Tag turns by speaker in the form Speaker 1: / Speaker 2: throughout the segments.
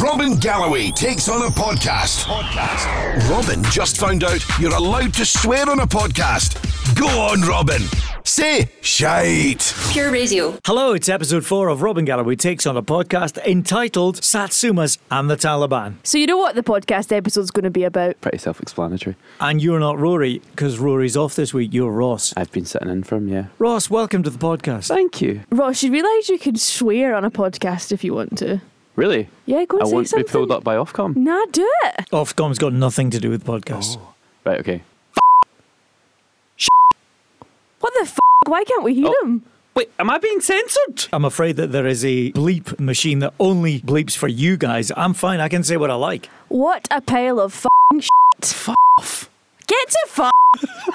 Speaker 1: Robin Galloway takes on a podcast. podcast. Robin just found out you're allowed to swear on a podcast. Go on, Robin. Say shite.
Speaker 2: Pure Radio.
Speaker 3: Hello, it's episode four of Robin Galloway Takes on a Podcast entitled Satsumas and the Taliban.
Speaker 4: So you know what the podcast episode's going to be about?
Speaker 5: Pretty self explanatory.
Speaker 3: And you're not Rory, because Rory's off this week. You're Ross.
Speaker 5: I've been sitting in for him, yeah.
Speaker 3: Ross, welcome to the podcast.
Speaker 5: Thank you.
Speaker 4: Ross, you realise you can swear on a podcast if you want to.
Speaker 5: Really?
Speaker 4: Yeah, go and
Speaker 5: I
Speaker 4: say
Speaker 5: won't
Speaker 4: something.
Speaker 5: be pulled up by Ofcom.
Speaker 4: Nah, do it.
Speaker 3: Ofcom's got nothing to do with podcasts.
Speaker 4: Oh.
Speaker 5: Right, okay.
Speaker 4: What the f? Why can't we hear
Speaker 5: Oh.
Speaker 4: him?
Speaker 5: Wait, am I being censored?
Speaker 3: I'm afraid that there is a bleep machine that only bleeps for you guys. I'm fine, I can say what I like.
Speaker 4: What a pile of f***ing shit. F*** off. Get to f***.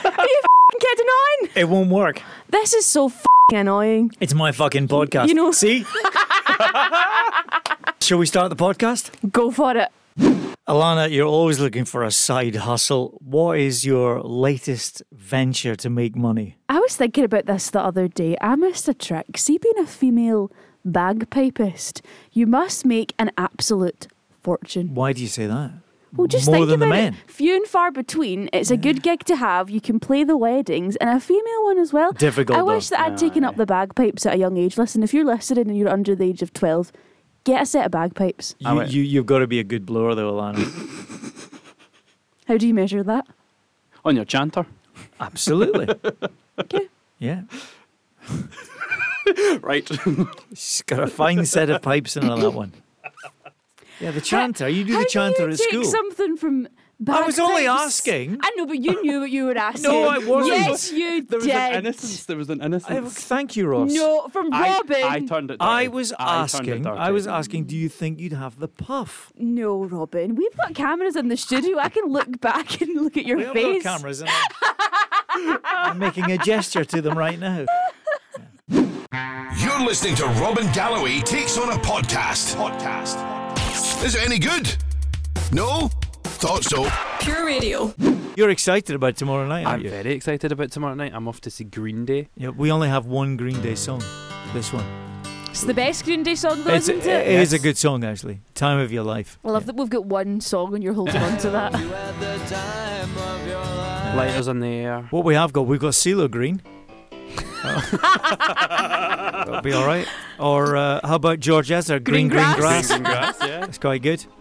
Speaker 4: Are you f***ing kidding on?
Speaker 3: It won't work.
Speaker 4: This is so f***ing annoying.
Speaker 3: It's my fucking podcast.
Speaker 4: you know-
Speaker 3: See? Shall we start the podcast?
Speaker 4: Go for it.
Speaker 3: Alana, you're always looking for a side hustle. What is your latest venture to make money?
Speaker 4: I was thinking about this the other day. I missed a trick. See, being a female bagpipist, you must make an absolute fortune.
Speaker 3: Why do you say that?
Speaker 4: Well, just
Speaker 3: More
Speaker 4: think
Speaker 3: than the
Speaker 4: about
Speaker 3: men.
Speaker 4: It. Few and far between. It's a good gig to have. You can play the weddings and a female one as well.
Speaker 3: Difficult,
Speaker 4: I wish
Speaker 3: though.
Speaker 4: that I'd taken up the bagpipes at a young age. Listen, if you're listening and you're under the age of 12, get a set of bagpipes.
Speaker 5: I
Speaker 3: You,
Speaker 5: went-
Speaker 3: you, you've got to be a good blower, though, Alana.
Speaker 4: How do you measure that?
Speaker 5: On your chanter.
Speaker 3: Absolutely. Yeah.
Speaker 5: right.
Speaker 3: She's got a fine set of pipes in on that one. Yeah, the chanter. You do
Speaker 4: How
Speaker 3: the chanter
Speaker 4: do you
Speaker 3: at
Speaker 4: take
Speaker 3: school.
Speaker 4: something from
Speaker 3: I was only
Speaker 4: bagpipes?
Speaker 3: asking.
Speaker 4: I know, but you knew what you were asking.
Speaker 3: I wasn't.
Speaker 4: Yes, you
Speaker 5: There was
Speaker 4: did.
Speaker 5: an innocence. There was an
Speaker 3: I-
Speaker 5: innocence.
Speaker 3: thank you, Ross.
Speaker 4: No, from
Speaker 5: I,
Speaker 4: Robin.
Speaker 5: I turned it dirty.
Speaker 3: I was
Speaker 5: Ah, turned it
Speaker 3: asking.
Speaker 5: dirty.
Speaker 3: I was asking. Do you think you'd have the puff?
Speaker 4: no, Robin. We've got cameras in the studio. I can look back and look at your
Speaker 3: We have got
Speaker 4: face.
Speaker 3: cameras. And I'm making a gesture to them right now.
Speaker 1: You're listening to Robin Galloway Takes on a Podcast. Podcast. Is it any good? No? Thought so.
Speaker 2: Pure Radio.
Speaker 3: You're excited about tomorrow night, aren't
Speaker 5: I'm
Speaker 3: you?
Speaker 5: very excited about tomorrow night. I'm off to see Green Day.
Speaker 3: Yeah, we only have one Green Day song. This one.
Speaker 4: It's the best Green Day song, though,
Speaker 3: It's,
Speaker 4: isn't
Speaker 3: it
Speaker 4: it?
Speaker 3: is a
Speaker 5: Yes.
Speaker 3: good song, actually. Time of your life.
Speaker 4: I love that we've got one song and you're holding on to that.
Speaker 5: Lighters in the air.
Speaker 3: What we have got, we've got CeeLo Green. That'll be all right. Or uh, how about George Ezra? Green,
Speaker 4: Green
Speaker 3: green grass.
Speaker 4: grass.
Speaker 5: Congrats, yeah.
Speaker 3: That's quite good.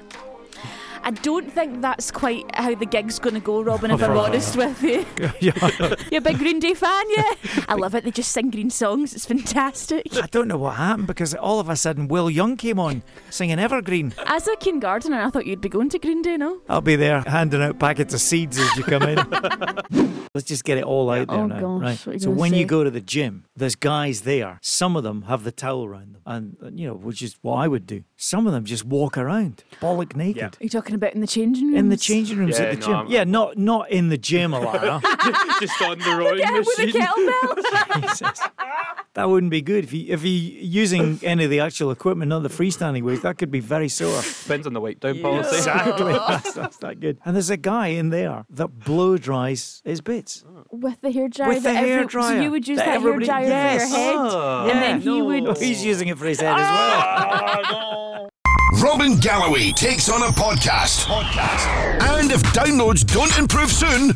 Speaker 4: I don't think that's quite how the gig's going to go, Robin, if
Speaker 3: Oh,
Speaker 4: I'm
Speaker 3: right.
Speaker 4: honest with you.
Speaker 3: yeah, I
Speaker 4: You're a big Green Day fan, yeah? I love it. They just sing green songs. It's fantastic.
Speaker 3: don't know what happened because all of a sudden Will Young came on singing Evergreen.
Speaker 4: As a keen gardener, I thought you'd be going to Green Day, no?
Speaker 3: I'll be there handing out packets of seeds as you come in. Let's just get it all out there
Speaker 4: Oh,
Speaker 3: now.
Speaker 4: gosh, what are
Speaker 3: right.
Speaker 4: you
Speaker 3: So
Speaker 4: gonna
Speaker 3: when
Speaker 4: say?
Speaker 3: you go to the gym, there's guys there. Some of them have the towel around them, and uh, you know, which is what I would do. Some of them just walk around bollock naked.
Speaker 4: Are you talking about in the changing rooms?
Speaker 3: In the changing rooms at
Speaker 5: Yeah,
Speaker 3: the
Speaker 5: no,
Speaker 3: gym.
Speaker 5: I'm-
Speaker 3: yeah, not not in the gym, Alana.
Speaker 5: Just on the rowing
Speaker 4: Yeah, with a
Speaker 5: machine.
Speaker 4: kettlebell.
Speaker 3: Jesus. That wouldn't be good if you if you using any of the actual equipment, not the freestanding weights. That could be very sore.
Speaker 5: Depends on the weight down policy.
Speaker 3: Exactly. That's, that's not good. And there's a guy in there that blow dries his bits.
Speaker 4: With the hairdryer.
Speaker 3: With the
Speaker 4: that every-
Speaker 3: hairdryer
Speaker 4: So you would use
Speaker 3: that
Speaker 4: that, hair
Speaker 3: everybody-
Speaker 4: dryer
Speaker 3: Yes.
Speaker 4: for your head.
Speaker 5: Oh,
Speaker 4: and then
Speaker 3: yeah.
Speaker 4: he would. Ah.
Speaker 3: Oh, he's using it for his head as well.
Speaker 1: Robin Galloway takes on a podcast. Podcast. And if downloads don't improve soon,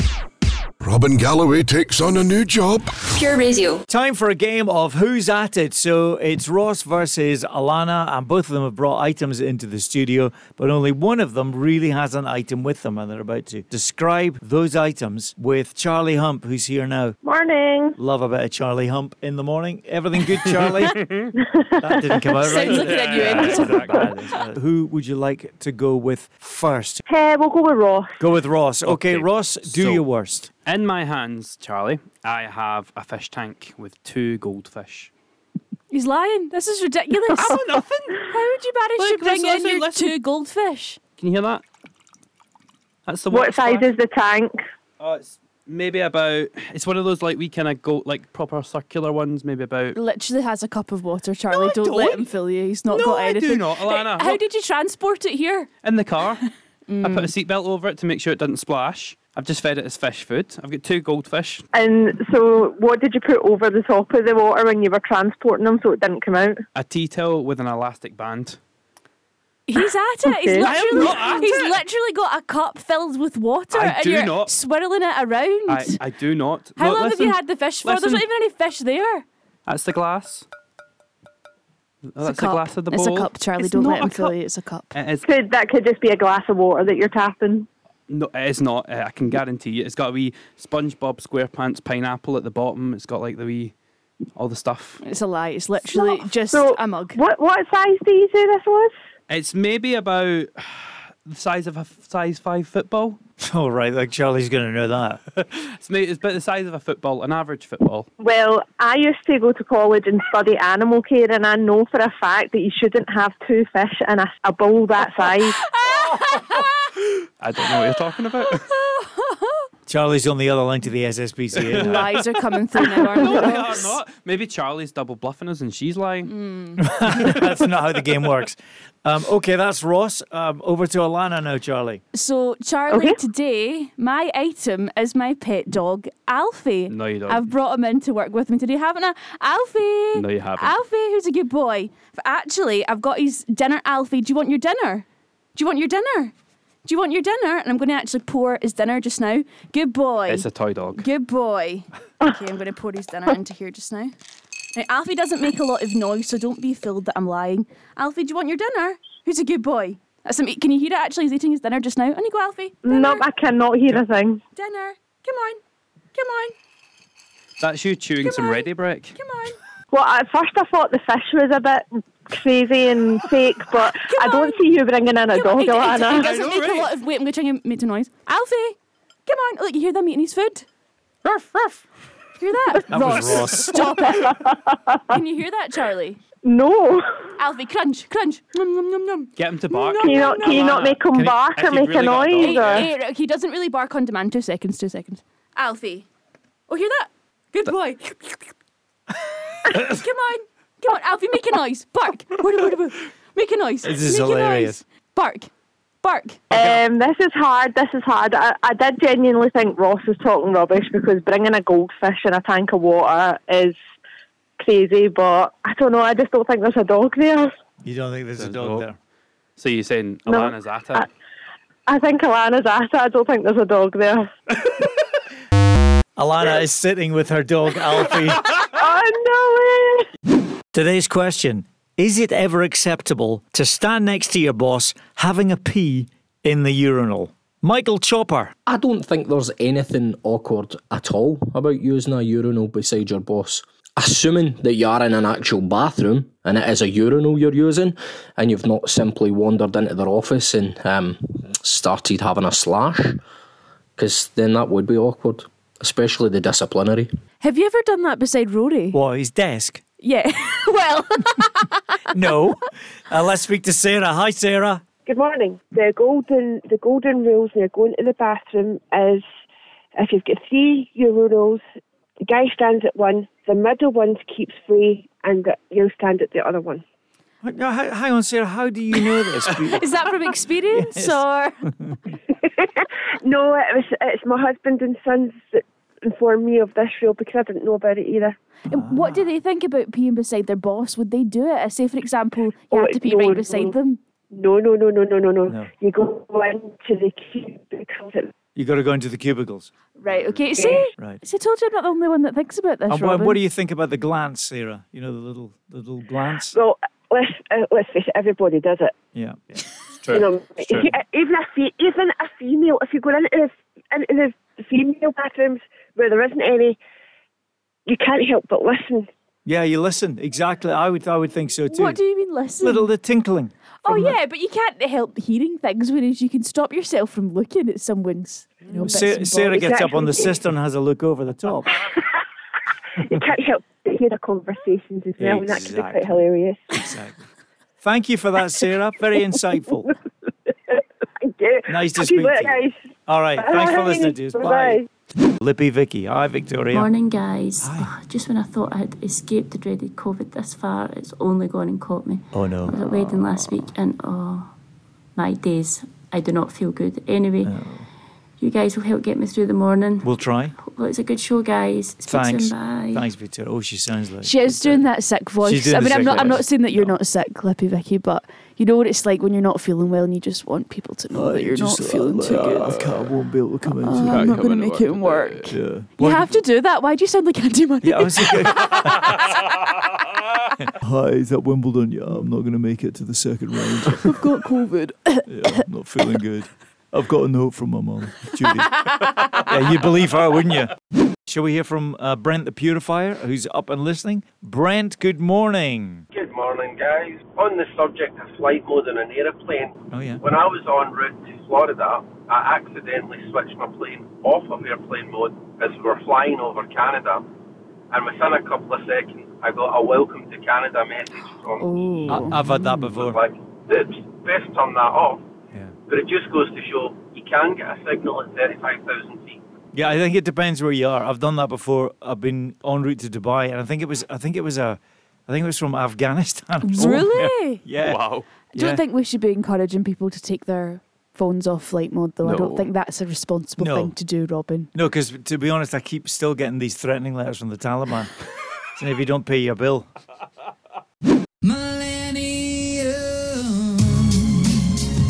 Speaker 1: Robin Galloway takes on a new job.
Speaker 2: Pure Radio.
Speaker 3: Time for a game of Who's At It. So it's Ross versus Alana, and both of them have brought items into the studio, but only one of them really has an item with them, and they're about to describe those items with Charlie Hump, who's here now.
Speaker 6: Morning.
Speaker 3: Love a bit of Charlie Hump in the morning. Everything good, Charlie? that didn't come out
Speaker 4: Sounds like
Speaker 3: right.
Speaker 4: an innuendo.
Speaker 3: Who would you like to go with first?
Speaker 6: Uh, we'll go with Ross.
Speaker 3: Go with Ross. Okay,
Speaker 5: Okay,
Speaker 3: Ross, do
Speaker 5: so-
Speaker 3: your worst.
Speaker 5: In my hands, Charlie, I have a fish tank with two goldfish.
Speaker 4: He's lying. This is ridiculous. How
Speaker 5: Oh, nothing.
Speaker 4: would you manage to
Speaker 5: Look,
Speaker 4: bring in
Speaker 5: listen,
Speaker 4: your
Speaker 5: listen.
Speaker 4: two goldfish?
Speaker 5: Can you hear that? That's the
Speaker 6: What
Speaker 5: water
Speaker 6: size is the tank?
Speaker 5: Oh, it's maybe about. It's one of those like we kind of go like proper circular ones. Maybe about.
Speaker 4: Literally has a cup of water, Charlie.
Speaker 5: I
Speaker 4: don't, let
Speaker 5: don't.
Speaker 4: him fill you. He's not
Speaker 5: No,
Speaker 4: got
Speaker 5: I do
Speaker 4: anything.
Speaker 5: not, Alana.
Speaker 4: How
Speaker 5: Look.
Speaker 4: did you transport it here?
Speaker 5: in the car. I put a
Speaker 4: Mm.
Speaker 5: seatbelt over it to make sure it doesn't splash. I've just fed it as fish food. I've got two goldfish.
Speaker 6: And so, what did you put over the top of the water when you were transporting them so it didn't come out?
Speaker 5: A tea towel with an elastic band.
Speaker 7: He's at it. He's
Speaker 8: Okay.
Speaker 5: I am
Speaker 7: literally,
Speaker 5: not at
Speaker 7: he's
Speaker 5: it.
Speaker 7: literally got a cup filled with water
Speaker 5: I
Speaker 7: and
Speaker 5: do
Speaker 7: you're
Speaker 5: not-
Speaker 7: swirling it around.
Speaker 5: I, I do not.
Speaker 7: How
Speaker 5: Look,
Speaker 7: long have
Speaker 5: listen,
Speaker 7: you had the fish for? There's not
Speaker 5: listen.
Speaker 7: even any fish there.
Speaker 5: That's the glass. Oh,
Speaker 4: It's
Speaker 5: that's
Speaker 4: a
Speaker 5: the
Speaker 4: cup.
Speaker 5: glass of the
Speaker 4: it's
Speaker 5: bowl.
Speaker 4: a cup, Charlie.
Speaker 5: It's
Speaker 4: Don't
Speaker 5: not
Speaker 4: let
Speaker 5: a
Speaker 4: him fool
Speaker 5: cup.
Speaker 4: you. It's a cup.
Speaker 5: It is,
Speaker 8: Could, that could just be a glass of water that you're tapping.
Speaker 5: no, it is not. Uh, I can guarantee you. It's got a wee SpongeBob SquarePants pineapple at the bottom. It's got like the wee, all the stuff.
Speaker 4: It's a lie. It's literally just
Speaker 8: So
Speaker 4: a mug.
Speaker 8: What what size do you say this was?
Speaker 5: It's maybe about the size of a f- size five football.
Speaker 3: All right, like Charlie's going to know that.
Speaker 5: It's, maybe, it's about the size of a football, an average football.
Speaker 8: Well, I used to go to college and study animal care, and I know for a fact that you shouldn't have two fish in a, a bowl that size.
Speaker 5: I don't know what you're talking about.
Speaker 3: Charlie's on the other line to the SSPCA. now.
Speaker 4: Lies are coming through now, aren't
Speaker 5: no,
Speaker 4: they?
Speaker 5: they are not. Maybe Charlie's double bluffing us and she's lying.
Speaker 4: Mm.
Speaker 3: that's not how the game works. Um, okay, that's Ross. Um, over to Alana now, Charlie.
Speaker 4: So, Charlie,
Speaker 8: Okay.
Speaker 4: today my item is my pet dog, Alfie.
Speaker 5: No, you don't.
Speaker 4: I've brought him in to work with me today, haven't I? Alfie!
Speaker 5: No, you haven't.
Speaker 4: Alfie, who's a good boy. But actually, I've got his dinner. Alfie, do you want your dinner? Do you want your dinner? Do you want your dinner? And I'm going to actually pour his dinner just now. Good boy.
Speaker 5: It's a toy dog.
Speaker 4: Good boy. Okay, I'm going to pour his dinner into here just now. Now, Alfie doesn't make a lot of noise, so don't be fooled that I'm lying. Alfie, do you want your dinner? Who's a good boy? That's him. Can you hear it actually? He's eating his dinner just now. And you go, Alfie. Dinner,
Speaker 8: nope, I cannot hear a thing.
Speaker 4: dinner. Come on. Come on.
Speaker 5: That's you chewing
Speaker 4: Come
Speaker 5: some
Speaker 4: on.
Speaker 5: ready brick.
Speaker 4: Come on.
Speaker 8: Well, at first I thought the fish was a bit crazy and fake, but I
Speaker 4: on.
Speaker 8: don't see you bringing in a
Speaker 4: Come on. He- he-
Speaker 8: dog,
Speaker 4: He
Speaker 8: Alana.
Speaker 4: doesn't
Speaker 5: know,
Speaker 4: make
Speaker 5: right?
Speaker 4: a lot of. Wait, I'm going to try and make a noise. Alfie, come on. Look, you hear them eating his food? Ruff, ruff. Hear that?
Speaker 3: That was Ross.
Speaker 4: Stop it. Can you hear that, Charlie?
Speaker 8: No.
Speaker 4: Alfie, crunch, crunch. Nom, nom, nom, nom.
Speaker 5: Get him to bark.
Speaker 4: No,
Speaker 8: Can you not, can you not
Speaker 5: Alana,
Speaker 8: make him
Speaker 5: can you-
Speaker 8: bark
Speaker 5: have
Speaker 8: or
Speaker 5: you
Speaker 8: make
Speaker 5: really
Speaker 8: a
Speaker 5: got a
Speaker 8: noise?
Speaker 5: dog?
Speaker 8: or-
Speaker 4: Hey, hey, he doesn't really bark on demand. Two seconds, two seconds. Alfie. Oh, hear that? Good boy. Come on. Come on, Alfie, make a noise. Bark. Make a noise.
Speaker 3: This is
Speaker 4: make
Speaker 3: hilarious.
Speaker 4: A noise. Bark. Bark.
Speaker 8: Um, this is hard. This is hard. I, I did genuinely think Ross was talking rubbish because bringing a goldfish in a tank of water is crazy. But I don't know. I just don't think there's a dog there.
Speaker 3: You don't think there's a
Speaker 5: There's
Speaker 3: dog
Speaker 5: no-
Speaker 3: there?
Speaker 5: So you're saying
Speaker 8: No.
Speaker 5: Alana's at it?
Speaker 4: Uh,
Speaker 8: I- I think Alana's at it. I don't think there's a dog there.
Speaker 3: Alana is sitting with her dog, Alfie.
Speaker 8: oh no way!
Speaker 3: Today's question Is it ever acceptable to stand next to your boss having a pee in the urinal? Michael Chopper.
Speaker 9: I don't think there's anything awkward at all about using a urinal beside your boss. Assuming that you are in an actual bathroom and it is a urinal you're using, and you've not simply wandered into their office and um, started having a slash, because then that would be awkward, especially the disciplinary.
Speaker 7: Have you ever done that beside Rory?
Speaker 3: What, his desk?
Speaker 4: Yeah. well,
Speaker 3: No. Uh, let's speak to Sarah. Hi, Sarah.
Speaker 10: Good morning. The golden the golden rules when you're going to the bathroom is if you've got three urinals, the guy stands at one, the middle one keeps free, and the- you stand at the other one.
Speaker 3: What- no, h- Hang on, Sarah. How do you know this?
Speaker 4: is that from experience or?
Speaker 10: No, it was it's my husband and sons that informed me of this rule because I didn't know about it either.
Speaker 4: What do they think about peeing beside their boss? Would they do it? Uh, Say, for example, you
Speaker 10: Oh,
Speaker 4: have to pee
Speaker 10: no,
Speaker 4: right
Speaker 10: no.
Speaker 4: beside them.
Speaker 10: No, no, no, no, no, no, no.
Speaker 3: No.
Speaker 10: You go into the cubicles. at-
Speaker 3: you got to go into the cubicles.
Speaker 4: Right, okay. See?
Speaker 3: Right.
Speaker 4: See, I told you I'm not the only one that thinks about
Speaker 3: And
Speaker 4: this,
Speaker 3: what,
Speaker 4: Robin.
Speaker 3: what do you think about the glance, Sarah? You know, the little the little glance?
Speaker 10: Well, let's uh, let's face it, everybody does it.
Speaker 3: Yeah.
Speaker 5: True.
Speaker 10: You know, if
Speaker 5: It's
Speaker 10: you, Um, uh, even a fe- even a female, if you go into the, into the female bathrooms where there isn't any, you can't help but listen.
Speaker 3: Yeah, you listen. Exactly. I would I would think so too.
Speaker 4: What do you mean, listen?
Speaker 3: little the tinkling.
Speaker 4: Oh yeah, but you can't help hearing things, whereas you can stop yourself from looking at someone's. You know, bits
Speaker 3: Sarah,
Speaker 4: and
Speaker 3: Sarah
Speaker 4: bobs.
Speaker 3: gets up on the cistern and has a look over the top.
Speaker 10: You can't help but hear the conversations as well, and that can be
Speaker 3: Exactly.
Speaker 10: quite hilarious.
Speaker 3: Exactly. Thank you for that, Sarah. Very insightful.
Speaker 10: Thank you.
Speaker 3: Nice to
Speaker 10: Happy
Speaker 3: speak
Speaker 10: work,
Speaker 3: to you.
Speaker 10: guys.
Speaker 3: All right. Thanks for listening to us. Bye.
Speaker 10: Bye-bye.
Speaker 3: Lippy Vicky. Hi, Victoria.
Speaker 11: Morning, guys.
Speaker 3: Hi.
Speaker 11: Oh, just when I thought I had escaped the dreaded COVID this far, it's only gone and caught me.
Speaker 3: Oh,
Speaker 11: I was
Speaker 3: no.
Speaker 11: at wedding last week, and oh, my days, I do not feel good. Anyway, you guys will help get me through the morning.
Speaker 3: We'll try.
Speaker 11: Well, it's a good show, guys. Speak
Speaker 3: Thanks.
Speaker 11: Soon, bye.
Speaker 3: Thanks, Victoria. Oh, she sounds like.
Speaker 4: She is doing that sick voice.
Speaker 3: She's doing
Speaker 4: I
Speaker 3: the
Speaker 4: mean, I'm
Speaker 3: sick
Speaker 4: not. I'm
Speaker 3: voice.
Speaker 4: not saying that you're not sick, Lippy Vicky, but You know what it's like when you're not feeling well and you just want people to know that Oh, you're not feeling too good.
Speaker 3: I can't, I won't be able to come
Speaker 11: Oh,
Speaker 3: in.
Speaker 4: Uh, I'm
Speaker 3: today.
Speaker 4: not going to make it work.
Speaker 3: yeah.
Speaker 4: You have to do that. Why do you sound like Andy Money?
Speaker 3: Yeah, I was thinking. Hi, is that Wimbledon? Yeah, I'm not going to make it to the second round.
Speaker 4: I've got COVID.
Speaker 3: Yeah, I'm not feeling good. I've got a note from my mum, Judy. yeah, you'd believe her, wouldn't you? Shall we hear from uh, Brent the Purifier, who's up and listening? Brent, good morning.
Speaker 11: Good morning, guys. On the subject of flight mode in an aeroplane,
Speaker 3: Oh, yeah.
Speaker 11: when I was en route to Florida, I accidentally switched my plane off of airplane mode as we were flying over Canada, and within a couple of seconds, I got a welcome to Canada message from
Speaker 3: I- I've had that before.
Speaker 11: like, "Oops, best turn that off."
Speaker 3: Yeah.
Speaker 11: But it just goes to show you can get a signal at thirty-five thousand feet.
Speaker 3: Yeah, I think it depends where you are. I've done that before. I've been en route to Dubai, and I think it was, I think it was a, I think it was from Afghanistan.
Speaker 4: Really?
Speaker 3: Yeah.
Speaker 5: Wow.
Speaker 4: I don't
Speaker 3: Yeah.
Speaker 4: think we should be encouraging people to take their phones off flight mode, though. I don't
Speaker 5: No.
Speaker 4: think that's a responsible
Speaker 3: No.
Speaker 4: thing to do, Robin.
Speaker 3: No, because to be honest, I keep still getting these threatening letters from the Taliban. saying if you don't pay your bill.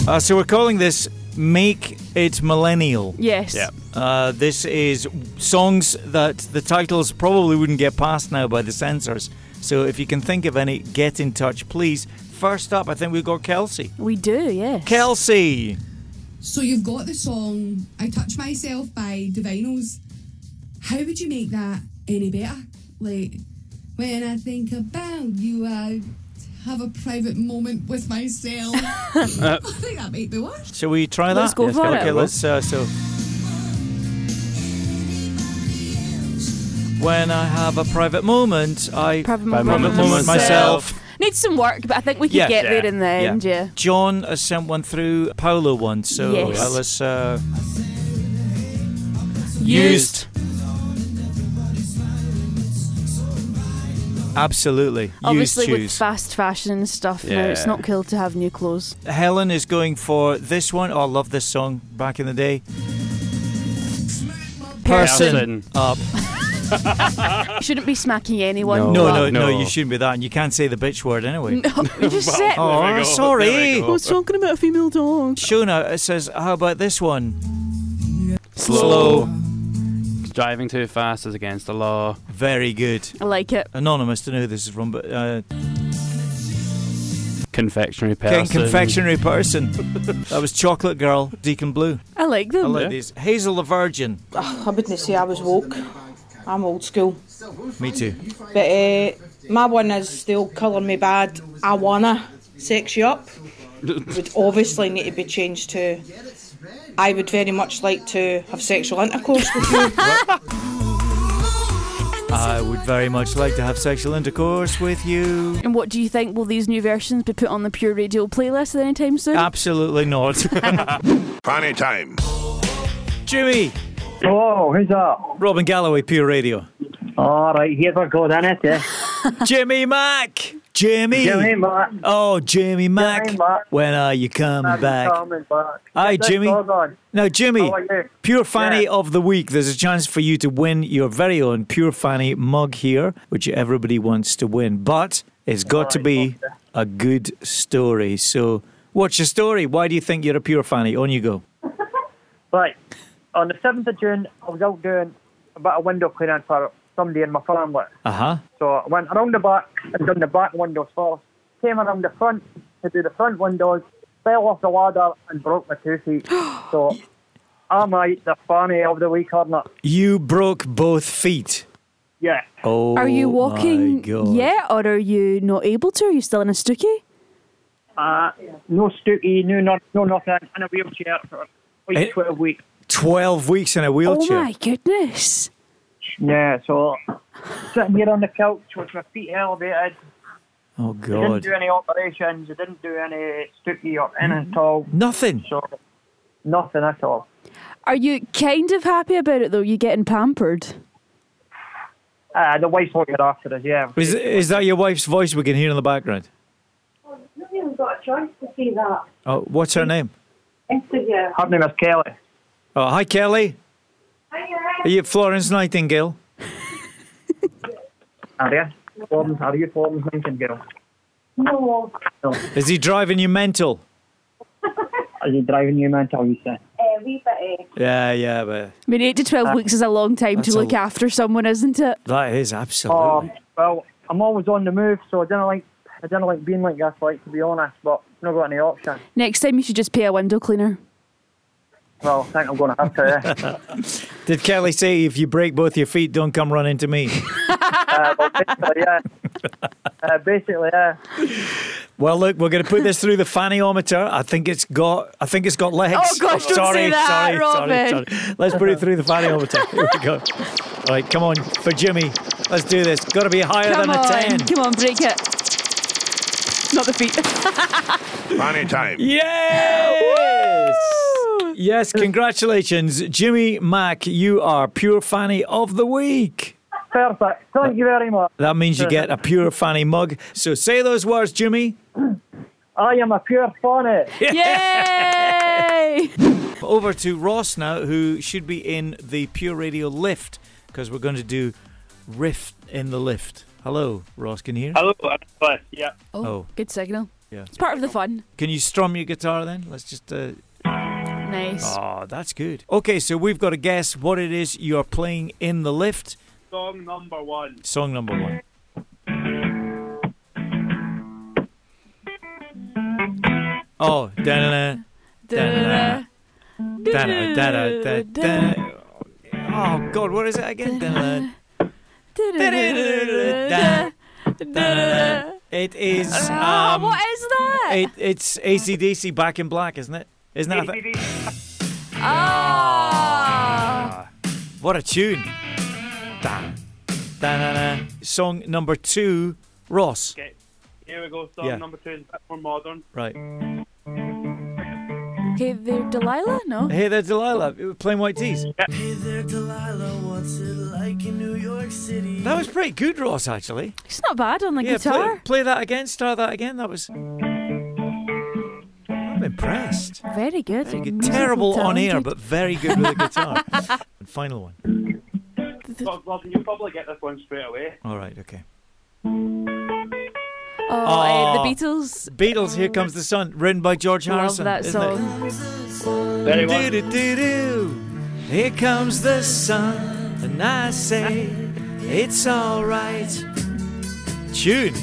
Speaker 3: Uh, so we're calling this Make It Millennial.
Speaker 4: Yes.
Speaker 3: Uh, this is songs that the titles probably wouldn't get past now by the censors. So if you can think of any, get in touch, please. First up, I think we've got Kelsey.
Speaker 4: We do, yes.
Speaker 3: Kelsey!
Speaker 12: So you've got the song I Touch Myself by Divinos. How would you make that any better? Like, when I think about you, I have a private moment with myself. I think that might be worse.
Speaker 3: Shall we try that?
Speaker 4: Let's go Yes, for
Speaker 3: okay,
Speaker 4: it.
Speaker 3: let's. Uh, so. When I have a private moment, I
Speaker 4: Private
Speaker 5: By
Speaker 4: moment, myself.
Speaker 5: moment moment
Speaker 3: myself.
Speaker 4: Needs some work, but I think we could
Speaker 3: Yeah.
Speaker 4: get
Speaker 5: Yeah.
Speaker 4: there in the end, yeah.
Speaker 3: John has sent one through. Paolo one. So
Speaker 4: Yes.
Speaker 3: uh, let's. Uh,
Speaker 4: Used.
Speaker 3: Absolutely.
Speaker 4: Obviously,
Speaker 3: used
Speaker 4: with
Speaker 3: shoes.
Speaker 4: fast fashion and stuff, now it's
Speaker 5: Yeah.
Speaker 4: not cool to have new clothes.
Speaker 3: Helen is going for this one. Oh, I love this song back in the day.
Speaker 5: Person.
Speaker 3: up.
Speaker 4: You shouldn't be smacking
Speaker 3: No,
Speaker 4: anyone.
Speaker 5: No,
Speaker 3: no, no,
Speaker 5: no.
Speaker 3: You shouldn't be that, and you can't say the bitch word anyway.
Speaker 4: You just said.
Speaker 3: Oh,
Speaker 5: There we go, there we
Speaker 3: sorry.
Speaker 5: go.
Speaker 4: talking about a female dog.
Speaker 3: Shona says, "How about this one?
Speaker 5: Slow. Driving too fast is against the law.
Speaker 3: Very good.
Speaker 4: I like it.
Speaker 3: Anonymous to know who this is from, but uh,
Speaker 5: Confectionery
Speaker 3: Ken
Speaker 5: person.
Speaker 3: confectionery person. that was Chocolate Girl, Deacon Blue.
Speaker 4: I like
Speaker 3: I
Speaker 4: them.
Speaker 3: like these. Hazel the Virgin.
Speaker 8: I wouldn't say I was woke. I'm old school.
Speaker 3: Me too.
Speaker 8: But uh, my one is the old colour me bad. I wanna sex you up. would obviously need to be changed to. I would very much like to have sexual intercourse with you.
Speaker 3: I would very much like to have sexual intercourse with you.
Speaker 4: And what do you think? Will these new versions be put on the Pure Radio playlist anytime soon?
Speaker 3: Ah, Absolutely not.
Speaker 1: Funny time.
Speaker 3: Jimmy,
Speaker 9: Oh, who's that?
Speaker 3: Robin Galloway, Pure Radio.
Speaker 9: All right, here's what goes in it. Yeah.
Speaker 3: Jimmy Mack. Jimmy.
Speaker 9: Jimmy Mack.
Speaker 3: Oh, Jimmy Mack.
Speaker 9: Mack.
Speaker 3: When are you coming back?
Speaker 9: Coming back.
Speaker 3: Hi,
Speaker 9: Get this
Speaker 3: Jimmy.
Speaker 9: dog on.
Speaker 3: Now, Jimmy,
Speaker 9: How are you?
Speaker 3: Pure Fanny
Speaker 9: Yeah.
Speaker 3: of the Week. There's a chance for you to win your very own Pure Fanny mug here, which everybody wants to win. But it's got to be a good story. So, what's your story? Why do you think you're a Pure Fanny? On you go.
Speaker 9: Right. On the 7th of June, I was out doing a bit of window cleaning for somebody in my family.
Speaker 3: Uh huh.
Speaker 9: So I went around the back and done the back windows first. Came around the front to do the front windows, fell off the ladder and broke my two feet. so am I the fanny of the week or not?
Speaker 3: You broke both feet.
Speaker 9: Yeah.
Speaker 3: Oh,
Speaker 4: are you
Speaker 3: my
Speaker 4: walking
Speaker 3: God.
Speaker 4: yet, or are you not able to? Are you still in a stookie?
Speaker 9: Uh, no stookie, no, no, no nothing, in a wheelchair for
Speaker 3: Eh?
Speaker 9: like 12 weeks.
Speaker 3: 12 weeks in a
Speaker 4: Oh
Speaker 3: wheelchair.
Speaker 4: my goodness!
Speaker 9: Yeah, so sitting here on the couch with my feet elevated,
Speaker 3: Oh,
Speaker 9: I didn't
Speaker 3: God.
Speaker 9: do any operations, I didn't do any stookie or anything at all.
Speaker 3: Nothing.
Speaker 9: So nothing at all.
Speaker 4: Are you kind of happy about it though? You getting pampered?
Speaker 9: Uh, the wife looking after us, yeah.
Speaker 3: Is, is that your wife's voice we can hear in the background?
Speaker 13: Not even got a chance to see that
Speaker 3: Oh, what's her name?
Speaker 13: interview.
Speaker 9: Her name is Kelly.
Speaker 3: Oh, hi, Kelly.
Speaker 13: Hiya.
Speaker 3: Are you Florence Nightingale?
Speaker 9: Are you? Forms, are you forms thinking, girl?
Speaker 14: No.
Speaker 3: Is he driving you mental?
Speaker 15: Is he driving you mental, you say?
Speaker 14: A wee bit.
Speaker 3: Yeah, yeah, but
Speaker 4: I mean, eight to twelve weeks is a long time
Speaker 3: Ah,
Speaker 4: to
Speaker 3: That's a
Speaker 4: look
Speaker 3: l-
Speaker 4: after someone, isn't it?
Speaker 3: that is absolutely.
Speaker 15: Oh, well, I'm always on the move, so I don't like I don't like being like this, like to be honest. But not got any option.
Speaker 4: Next time you should just pay a window cleaner.
Speaker 15: Well, I think I'm going to have to. eh?
Speaker 3: Did Kelly say if you break both your feet, don't come running to me?
Speaker 15: uh, well, basically, yeah. Uh, basically, yeah.
Speaker 3: Well, look, we're going to put this through the faniometer. I think it's got. I think it's got legs.
Speaker 4: Oh, gosh, don't
Speaker 3: sorry,
Speaker 4: say that,
Speaker 3: sorry,
Speaker 4: Robin.
Speaker 3: sorry, sorry. Let's put it through the faniometer. Here we go. All right, come on for Jimmy. Let's do this. Got to be higher
Speaker 4: Come
Speaker 3: than
Speaker 4: on,
Speaker 3: a ten.
Speaker 4: come on, break it. Not the feet.
Speaker 1: Funny time.
Speaker 3: Yes. Yes, congratulations, Jimmy Mack. You are pure fanny of the week.
Speaker 15: Perfect. Thank you very much.
Speaker 3: That means you get a pure fanny mug. So say those words, Jimmy.
Speaker 15: I am a pure eh? funny.
Speaker 4: Yay!
Speaker 3: Over to Ross now, who should be in the Pure Radio lift because we're going to do Rift in the Lift. Hello, Ross, can you hear?
Speaker 16: Hello, Alice. Yeah.
Speaker 3: Oh.
Speaker 4: Good signal.
Speaker 3: Yeah.
Speaker 4: It's part of the fun.
Speaker 3: Can you strum your guitar then? Let's just. Uh...
Speaker 4: Nice.
Speaker 3: Oh, that's good. Okay, so we've got to guess what it is you're playing in the lift.
Speaker 16: Song number one.
Speaker 3: Song number one. Oh, da da da da Oh God, what is it again? Da-da-da. Da-da-da-da-da. Da-da-da. It is.
Speaker 4: Ah,
Speaker 3: Um,
Speaker 4: what is that?
Speaker 3: It, it's ACDC Back in Black, isn't it? Isn't that? a thi-
Speaker 4: Ah.
Speaker 3: what a tune! Da, da-da-da. Song number two, Ross.
Speaker 16: Okay. Here we go. Song
Speaker 3: Yeah.
Speaker 16: number two is a bit more modern.
Speaker 3: Right.
Speaker 4: Hey there, Delilah? No.
Speaker 3: Hey there, Delilah. Plain white tees.
Speaker 17: Hey there, Delilah. What's it like in New York City?
Speaker 3: That was pretty good, Ross. Actually.
Speaker 4: It's not bad on the
Speaker 3: yeah. play-
Speaker 4: guitar.
Speaker 3: Play, that again. Start that again. That was. I'm impressed.
Speaker 4: Very good.
Speaker 3: Very good.
Speaker 4: Musical
Speaker 3: Terrible on
Speaker 4: talent.
Speaker 3: air, but very good with a guitar. and final one.
Speaker 16: Rob- Robin, you'll probably get this one straight away.
Speaker 3: All right. Okay.
Speaker 4: Oh, eh,
Speaker 3: Ah.
Speaker 4: the Beatles.
Speaker 3: Beatles. Here comes the sun. Written by George
Speaker 4: Love
Speaker 3: Harrison.
Speaker 4: that
Speaker 3: isn't it?
Speaker 4: song.
Speaker 3: Very well. Here comes the sun, and I say it's all right. Tune.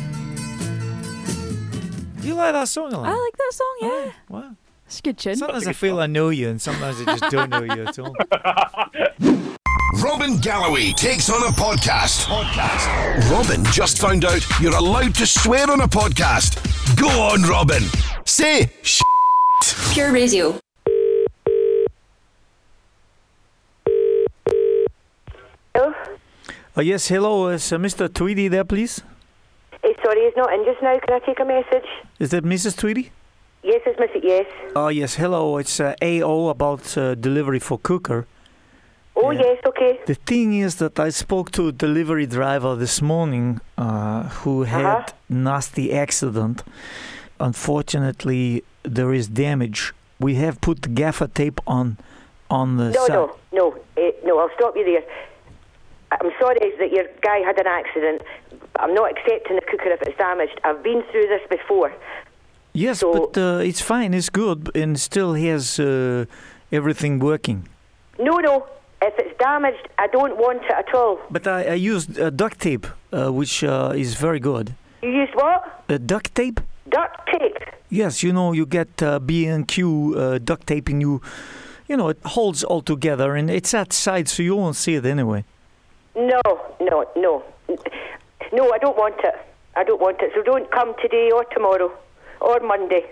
Speaker 3: Do you like that song,
Speaker 4: I
Speaker 3: Alan?
Speaker 4: like that song, yeah.
Speaker 3: wow.
Speaker 4: Oh. It's a good tune.
Speaker 3: Sometimes I feel I know you, and sometimes I just don't know you at all.
Speaker 1: Robin Galloway takes on a podcast. podcast. Robin just found out you're allowed to swear on a podcast. Go on, Robin. Say sh.
Speaker 2: Pure Radio.
Speaker 18: Uh, yes, hello, is uh, Mr. Tweedy there, please?
Speaker 8: Eh, sorry, he's not in just now. Can I take a message?
Speaker 18: Is that Mrs. Tweedy?
Speaker 8: Yes, it's Missy. Yes.
Speaker 18: Uh, yes, hello, it's uh, AO about uh, delivery for Cooker.
Speaker 8: Oh, yes. Okay.
Speaker 18: The thing is that I spoke to a delivery driver this morning uh, who had nasty accident. Unfortunately, there is damage. We have put gaffer tape on on the
Speaker 8: No,
Speaker 18: side.
Speaker 8: no, no, eh, no. I'll stop you there. I'm sorry that your guy had an accident. but I'm not accepting the cooker if it's damaged. I've been through this before.
Speaker 18: Yes, but uh, it's fine, it's good, and still he has uh, everything working.
Speaker 8: No, no. If it's damaged, I don't want it at all.
Speaker 18: But I, I used uh, duct tape, uh, which uh, is very good.
Speaker 8: You used what?
Speaker 18: Uh, duct tape?
Speaker 8: Duct tape.
Speaker 18: Yes, you know, you get uh, B&Q uh, duct tape and you, you know, it holds all together and it's outside so you won't see it anyway.
Speaker 8: No, no, no, no. I don't want it. I don't want it. So don't come today or tomorrow or Monday.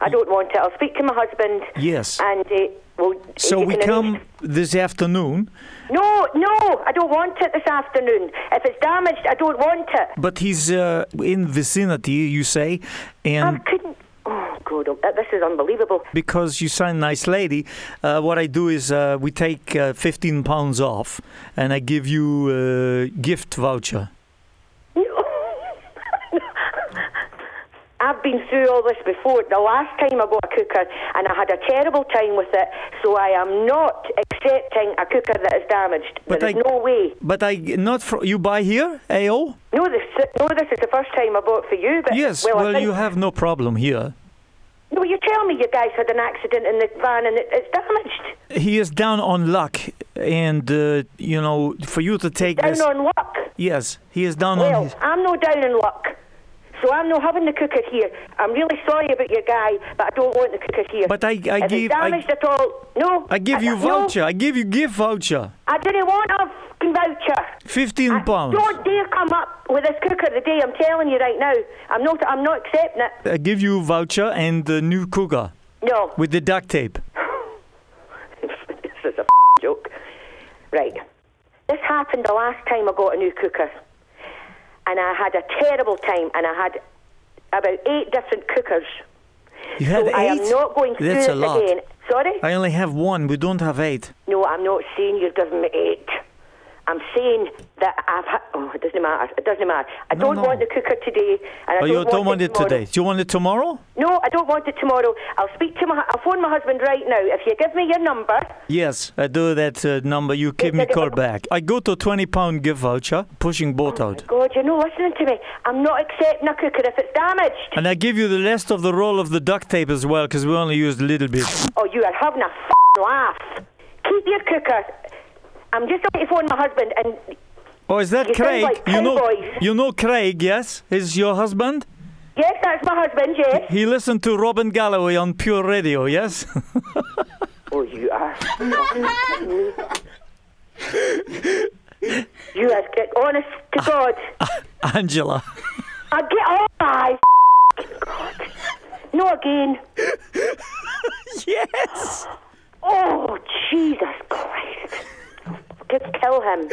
Speaker 8: I don't want it. I'll speak to my husband.
Speaker 18: Yes.
Speaker 8: And uh, we'll.
Speaker 18: So
Speaker 8: you
Speaker 18: we
Speaker 8: can arrange
Speaker 18: come this afternoon,
Speaker 8: No, no, I don't want it this afternoon. If it's damaged, I don't want it.
Speaker 18: but he's uh, in vicinity, you say, and
Speaker 8: Oh, God, oh, this is unbelievable.
Speaker 18: because you sound nice lady, uh, what I do is uh, we take uh, 15 pounds off and I give you uh, a gift voucher.
Speaker 8: I've been through all this before. The last time I got a cooker and I had a terrible time with it, so I am not accepting a cooker that is damaged.
Speaker 3: But
Speaker 8: there is
Speaker 3: I-
Speaker 8: no way.
Speaker 3: But I not fro- you buy here, AO?
Speaker 8: No, this no, this is the first time I bought for you. But
Speaker 3: Yes.
Speaker 8: well, I
Speaker 3: Well,
Speaker 8: think-
Speaker 3: you have no problem here.
Speaker 8: No, you tell me you guys had an accident in the van and it, it's damaged.
Speaker 3: He is down on luck, and uh, you know, for you to take
Speaker 8: Down
Speaker 3: this.
Speaker 8: on luck.
Speaker 3: Yes, he is down on.
Speaker 8: Well,
Speaker 3: His-
Speaker 8: I'm no down in luck. So I'm not having the cooker here. I'm really sorry about your guy, but I don't want the cooker here.
Speaker 3: But I- I
Speaker 8: if
Speaker 3: give-
Speaker 8: it's
Speaker 3: I-
Speaker 8: damaged at all. No.
Speaker 3: I give you
Speaker 8: no,
Speaker 3: voucher. I give you gift voucher.
Speaker 8: I didn't want a fucking voucher.
Speaker 3: Fifteen pounds.
Speaker 8: Don't dare come up with this cooker today. I'm telling you right now. I'm not. I'm not accepting it.
Speaker 3: I give you voucher and the new cougar
Speaker 8: No.
Speaker 3: with the duct tape.
Speaker 8: this is a joke. Right. This happened the last time I got a new cooker. And I had a terrible time, and I had about eight different cookers.
Speaker 3: You had
Speaker 8: so I am
Speaker 3: eight?
Speaker 8: not going through
Speaker 3: That's a
Speaker 8: it
Speaker 3: lot.
Speaker 8: again. Sorry?
Speaker 3: I only have one. We don't have eight.
Speaker 8: No, I'm not saying you're giving me eight. I'm saying that I've had. Oh, it doesn't matter. It doesn't mamatter. I
Speaker 3: No,
Speaker 8: don't
Speaker 3: no.
Speaker 8: want the cooker today, and I
Speaker 3: oh,
Speaker 8: don't
Speaker 3: you
Speaker 8: want
Speaker 3: don't want it
Speaker 8: tomorrow.
Speaker 3: today. Do you want it tomorrow?
Speaker 8: No, I don't want it tomorrow. I'll speak to my. I'll phone my husband right now. If you give me your number,
Speaker 3: Yes, I do that uh, number. You give me call back. I go to twenty pound gift voucher, pushing both out,
Speaker 8: God, you're not listening to me. I'm not accepting a cooker if it's damaged.
Speaker 3: and I give you the rest of the roll of the duct tape as well, because we only used a little bit.
Speaker 8: Oh, you are having a f***ing laugh. Keep your cooker. I'm just going to phone my husband and.
Speaker 3: Oh, is that
Speaker 8: You sound
Speaker 3: Craig?
Speaker 8: like
Speaker 3: you know,
Speaker 8: cowboys.
Speaker 3: you know Craig. Yes, is your husband?
Speaker 8: Yes, that's my husband, yes.
Speaker 3: He listened to Robin Galloway on Pure Radio. Yes.
Speaker 8: Oh, you are. you are get honest to God.
Speaker 3: Angela.
Speaker 8: I get all my f***ing God. No again.
Speaker 3: yes.
Speaker 8: Oh, Jesus Christ. Could kill him.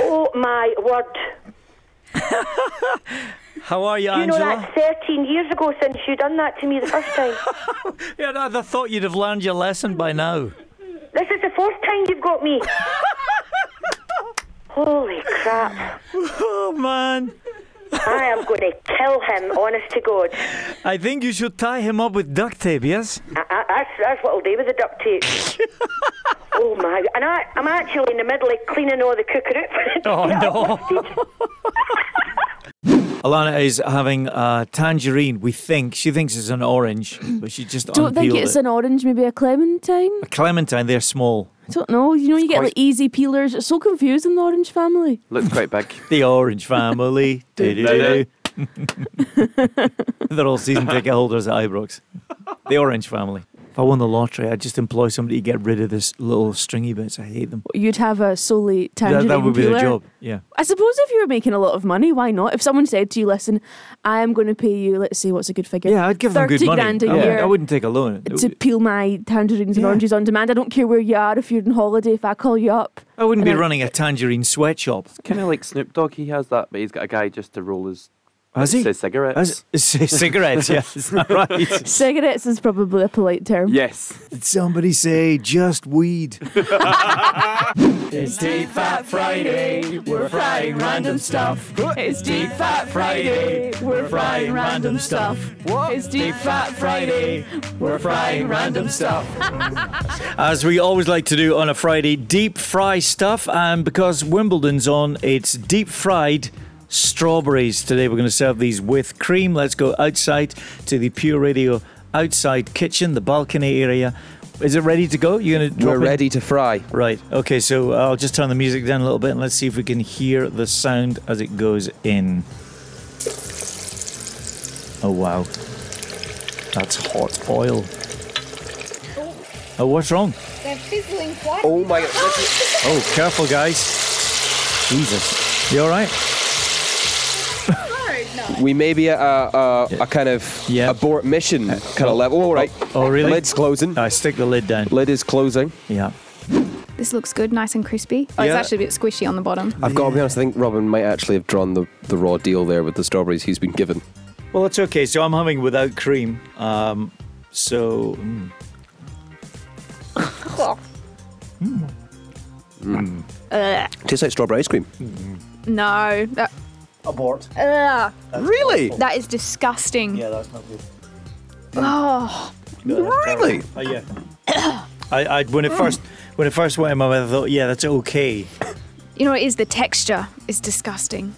Speaker 8: oh, my word.
Speaker 3: How are you,
Speaker 8: Do you know
Speaker 3: Angela?
Speaker 8: that's 13 years ago since you done that to me the first time?
Speaker 3: Yeah, no, I thought you'd have learned your lesson by now.
Speaker 8: This is the fourth time you've got me. Holy crap.
Speaker 3: Oh man.
Speaker 8: I am going to kill him, honest to God.
Speaker 3: I think you should tie him up with duct tape. Yes.
Speaker 8: I, I, that's, that's what I'll do with the duct tape. oh my. And I, I'm actually in the middle of cleaning all the cooker up.
Speaker 3: Oh no. Alana is having a tangerine. We think she thinks it's an orange, but she just
Speaker 4: Don't think
Speaker 3: unpeeled
Speaker 4: it's
Speaker 3: it.
Speaker 4: an orange, maybe a clementine.
Speaker 3: A clementine. They're small.
Speaker 4: I don't know. You know, you get like easy peelers. It's so confusing the orange family.
Speaker 3: Looks quite big. the orange family. Do-do-do. They're all season ticket holders at Ibrox. The orange family. If I won the lottery, I'd just employ somebody to get rid of this little stringy bits. I hate them.
Speaker 4: You'd have a solely
Speaker 3: That,
Speaker 4: tangerine
Speaker 3: that would be
Speaker 4: peeler.
Speaker 3: the job. Yeah.
Speaker 4: I suppose if you were making a lot of money, why not? If someone said to you, "Listen, I am going to pay you, let's see what's a good figure." Yeah,
Speaker 3: I'd give them good money.
Speaker 4: grand a
Speaker 3: I, wouldn't-
Speaker 4: year
Speaker 3: I wouldn't take a loan.
Speaker 4: to peel my tangerines and oranges on demand. I don't care where you are. If you're on holiday, if I call you up,
Speaker 3: I wouldn't be
Speaker 4: and
Speaker 3: running a tangerine sweatshop.
Speaker 5: Kind of like Snoop Dogg, he has that, but he's got a guy just to roll his.
Speaker 3: Has he?
Speaker 5: Says cigarettes.
Speaker 3: Has- says cigarettes, yeah. Is that right?
Speaker 4: Cigarettes is probably a polite term.
Speaker 5: Yes.
Speaker 3: Did somebody say just weed?
Speaker 19: It's Deep Fat Friday. We're frying random stuff. It's Deep Fat Friday. We're frying random stuff. What? It's Deep Fat Friday. We're frying random stuff.
Speaker 3: As we always like to do on a Friday, deep fry stuff. And because Wimbledon's on, it's deep fried strawberries. Today we're going to serve these with cream. Let's go outside to the Pure Radio outside kitchen, the balcony area. Is it ready to go? You're going to drop
Speaker 11: We're
Speaker 3: it?
Speaker 11: ready to fry.
Speaker 3: Right. Okay, so I'll just turn the music down a little bit and let's see if we can hear the sound as it goes in. Oh, wow. That's hot oil. Oh, what's wrong?
Speaker 20: They're fizzling quite.
Speaker 11: Oh my.
Speaker 3: Oh, careful, guys. Jesus. You all right?
Speaker 11: We may be at a, a, a kind of abort mission kind of level. All right.
Speaker 3: Uh, Oh, really?
Speaker 11: Lid's closing.
Speaker 3: I stick the lid down.
Speaker 11: Lid is closing.
Speaker 3: Yeah.
Speaker 20: This looks good, nice and crispy. Oh,
Speaker 11: Yeah.
Speaker 20: it's actually a bit squishy on the bottom.
Speaker 11: I've got to be honest. I think Robin might actually have drawn the, the raw deal there with the strawberries he's been given.
Speaker 3: Well, it's okay. So I'm having without cream. Um, so. mm.
Speaker 11: Tastes like strawberry ice cream.
Speaker 20: No, that
Speaker 6: Abort.
Speaker 21: Ugh.
Speaker 6: That's Really? awful.
Speaker 21: That is disgusting.
Speaker 6: Yeah, that's not good.
Speaker 21: Oh.
Speaker 3: Really?
Speaker 6: Oh yeah.
Speaker 3: I, I when it
Speaker 21: Mm.
Speaker 3: first when it first went in my mouth, I thought, yeah, that's okay.
Speaker 21: You know what it is? The texture is disgusting.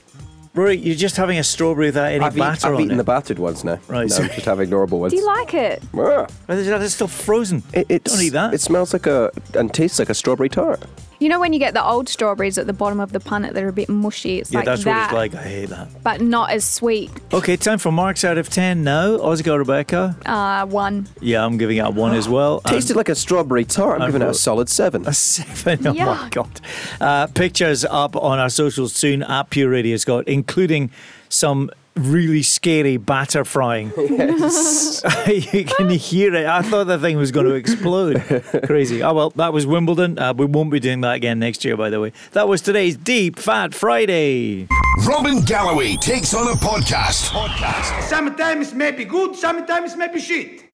Speaker 3: Rory, you're just having a strawberry without any
Speaker 11: I've, eat-
Speaker 3: batter
Speaker 11: I've
Speaker 3: on
Speaker 11: eaten
Speaker 3: it.
Speaker 11: the battered ones now.
Speaker 3: Right,
Speaker 11: No,
Speaker 3: sorry.
Speaker 11: I'm just having normal ones.
Speaker 21: Do you like it?
Speaker 11: Ah.
Speaker 3: It's still frozen.
Speaker 11: It, Don't eat that. It smells like a and tastes like a strawberry tart.
Speaker 21: You know when you get the old strawberries at the bottom of the punnet that are a bit mushy? It's
Speaker 3: yeah,
Speaker 21: like
Speaker 3: that's
Speaker 21: that,
Speaker 3: what it's like. I hate that.
Speaker 21: but not as sweet.
Speaker 3: Okay, time for marks out of ten now. Oscar Rebecca.
Speaker 21: Uh, one.
Speaker 3: Yeah, I'm giving it a one as well.
Speaker 11: Tasted like a strawberry tart. I'm giving it a solid seven.
Speaker 3: Um, A seven. Oh my
Speaker 11: Yeah.
Speaker 3: god! Uh, pictures up on our socials soon at Pure Radio Scott, including some really scary batter frying.
Speaker 11: Yes.
Speaker 3: you can hear it. I thought the thing was going to explode. Crazy. Oh well, that was Wimbledon. Uh, we won't be doing that again next year, by the way. That was today's Deep Fat Friday.
Speaker 1: Robin Galloway takes on a podcast.
Speaker 9: Sometimes may be good, sometimes may be shit.